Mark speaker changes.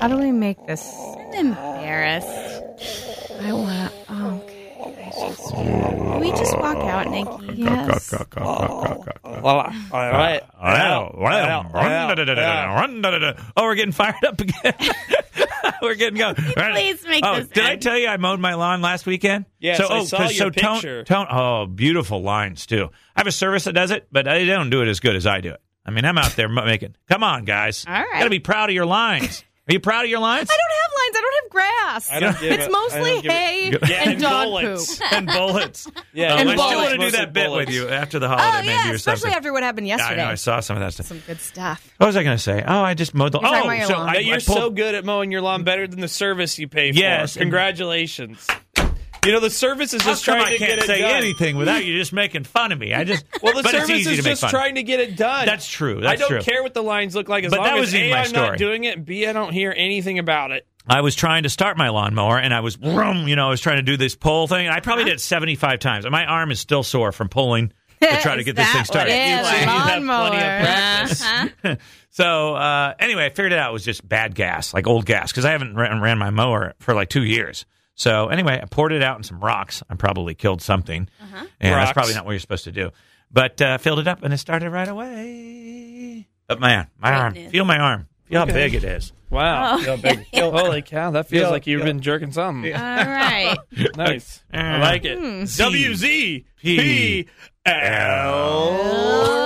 Speaker 1: How do we make this?
Speaker 2: embarrassed.
Speaker 1: I want. Oh, okay.
Speaker 2: Can we just walk out, Nikki?
Speaker 1: Yes.
Speaker 3: Well, all right.
Speaker 4: Well, well, run, da, da, da, da, da, run, da, da, da. Oh, we're getting fired up again. we're getting going.
Speaker 2: Please make
Speaker 4: oh,
Speaker 2: this
Speaker 4: Did I
Speaker 2: end.
Speaker 4: tell you I mowed my lawn last weekend?
Speaker 3: Yes,
Speaker 4: So,
Speaker 3: I
Speaker 4: oh,
Speaker 3: saw
Speaker 4: 'cause-
Speaker 3: your
Speaker 4: so tone,
Speaker 3: picture.
Speaker 4: Tone, oh, beautiful lines too. I have a service that does it, but they don't do it as good as I do it. I mean, I'm out there mo- making. Come on, guys.
Speaker 2: All right.
Speaker 4: Got to be proud of your lines. Are you proud of your lines?
Speaker 1: I don't have lines. I don't have grass.
Speaker 3: I don't give
Speaker 1: it's
Speaker 3: a- I
Speaker 1: mostly
Speaker 3: don't give a-
Speaker 1: hay
Speaker 3: Yeah,
Speaker 1: and,
Speaker 3: and
Speaker 1: dog
Speaker 3: bullets.
Speaker 1: poop.
Speaker 4: and bullets.
Speaker 3: Yeah,
Speaker 4: Um,
Speaker 1: And
Speaker 4: I still
Speaker 1: bullets.
Speaker 4: want to do that bit with
Speaker 3: Bullets.
Speaker 4: you after the
Speaker 1: Oh
Speaker 4: holiday, maybe
Speaker 1: yeah,
Speaker 4: or
Speaker 1: especially
Speaker 4: something.
Speaker 1: after what happened
Speaker 4: Yeah, I
Speaker 1: yesterday.
Speaker 4: know. I saw some of that stuff.
Speaker 1: Some good stuff.
Speaker 4: What was I going to say? Oh, I just mowed the.
Speaker 1: You're talking
Speaker 4: Oh,
Speaker 1: about your
Speaker 4: so
Speaker 1: lawn.
Speaker 4: I,
Speaker 1: Yeah,
Speaker 4: I
Speaker 3: You're
Speaker 4: pulled-
Speaker 3: so good at mowing your lawn better than the service you pay for.
Speaker 4: Yes, and-
Speaker 3: Congratulations. You know, the service is
Speaker 4: How
Speaker 3: just
Speaker 4: come
Speaker 3: trying
Speaker 4: I
Speaker 3: to
Speaker 4: can't
Speaker 3: get it
Speaker 4: say
Speaker 3: done.
Speaker 4: anything without you just making fun of me. I just
Speaker 3: Well, the
Speaker 4: but it's
Speaker 3: service
Speaker 4: easy
Speaker 3: is
Speaker 4: to make
Speaker 3: just
Speaker 4: fun.
Speaker 3: trying to get it done.
Speaker 4: That's true.
Speaker 3: I
Speaker 4: That's
Speaker 3: don't
Speaker 4: true.
Speaker 3: care what the lines look like as
Speaker 4: But
Speaker 3: long
Speaker 4: that
Speaker 3: as
Speaker 4: was
Speaker 3: A,
Speaker 4: in my
Speaker 3: I'm
Speaker 4: story.
Speaker 3: not doing it, and B, I don't hear anything about it.
Speaker 4: I was trying to start my lawnmower and I was, vroom, you know, I was trying to do this pull thing. I probably did it 75 times. And my arm is still sore from pulling to try to
Speaker 2: Is
Speaker 4: get this thing
Speaker 2: that what
Speaker 4: started.
Speaker 2: it
Speaker 1: Yeah,
Speaker 2: is?
Speaker 1: the
Speaker 3: you have plenty of
Speaker 1: lawnmower.
Speaker 3: practice.
Speaker 2: Uh-huh.
Speaker 4: So uh, anyway, I figured it out. It was just bad gas, like old gas, because I haven't ran, ran my mower for like two years. So anyway, I poured it out in some rocks. I probably killed something, and
Speaker 3: Rocks.
Speaker 4: that's probably not what you're supposed to do. But uh, filled it up, and it started right away. But man, my arm,
Speaker 2: Goodness.
Speaker 4: feel my arm, feel how big it is.
Speaker 3: Wow.
Speaker 2: Oh.
Speaker 3: Holy cow, that feels
Speaker 4: Yeah,
Speaker 3: like you've
Speaker 4: yeah.
Speaker 3: been jerking something.
Speaker 1: Uh-huh.
Speaker 2: All right.
Speaker 3: Nice.
Speaker 4: Uh,
Speaker 3: I like it. W Z P L.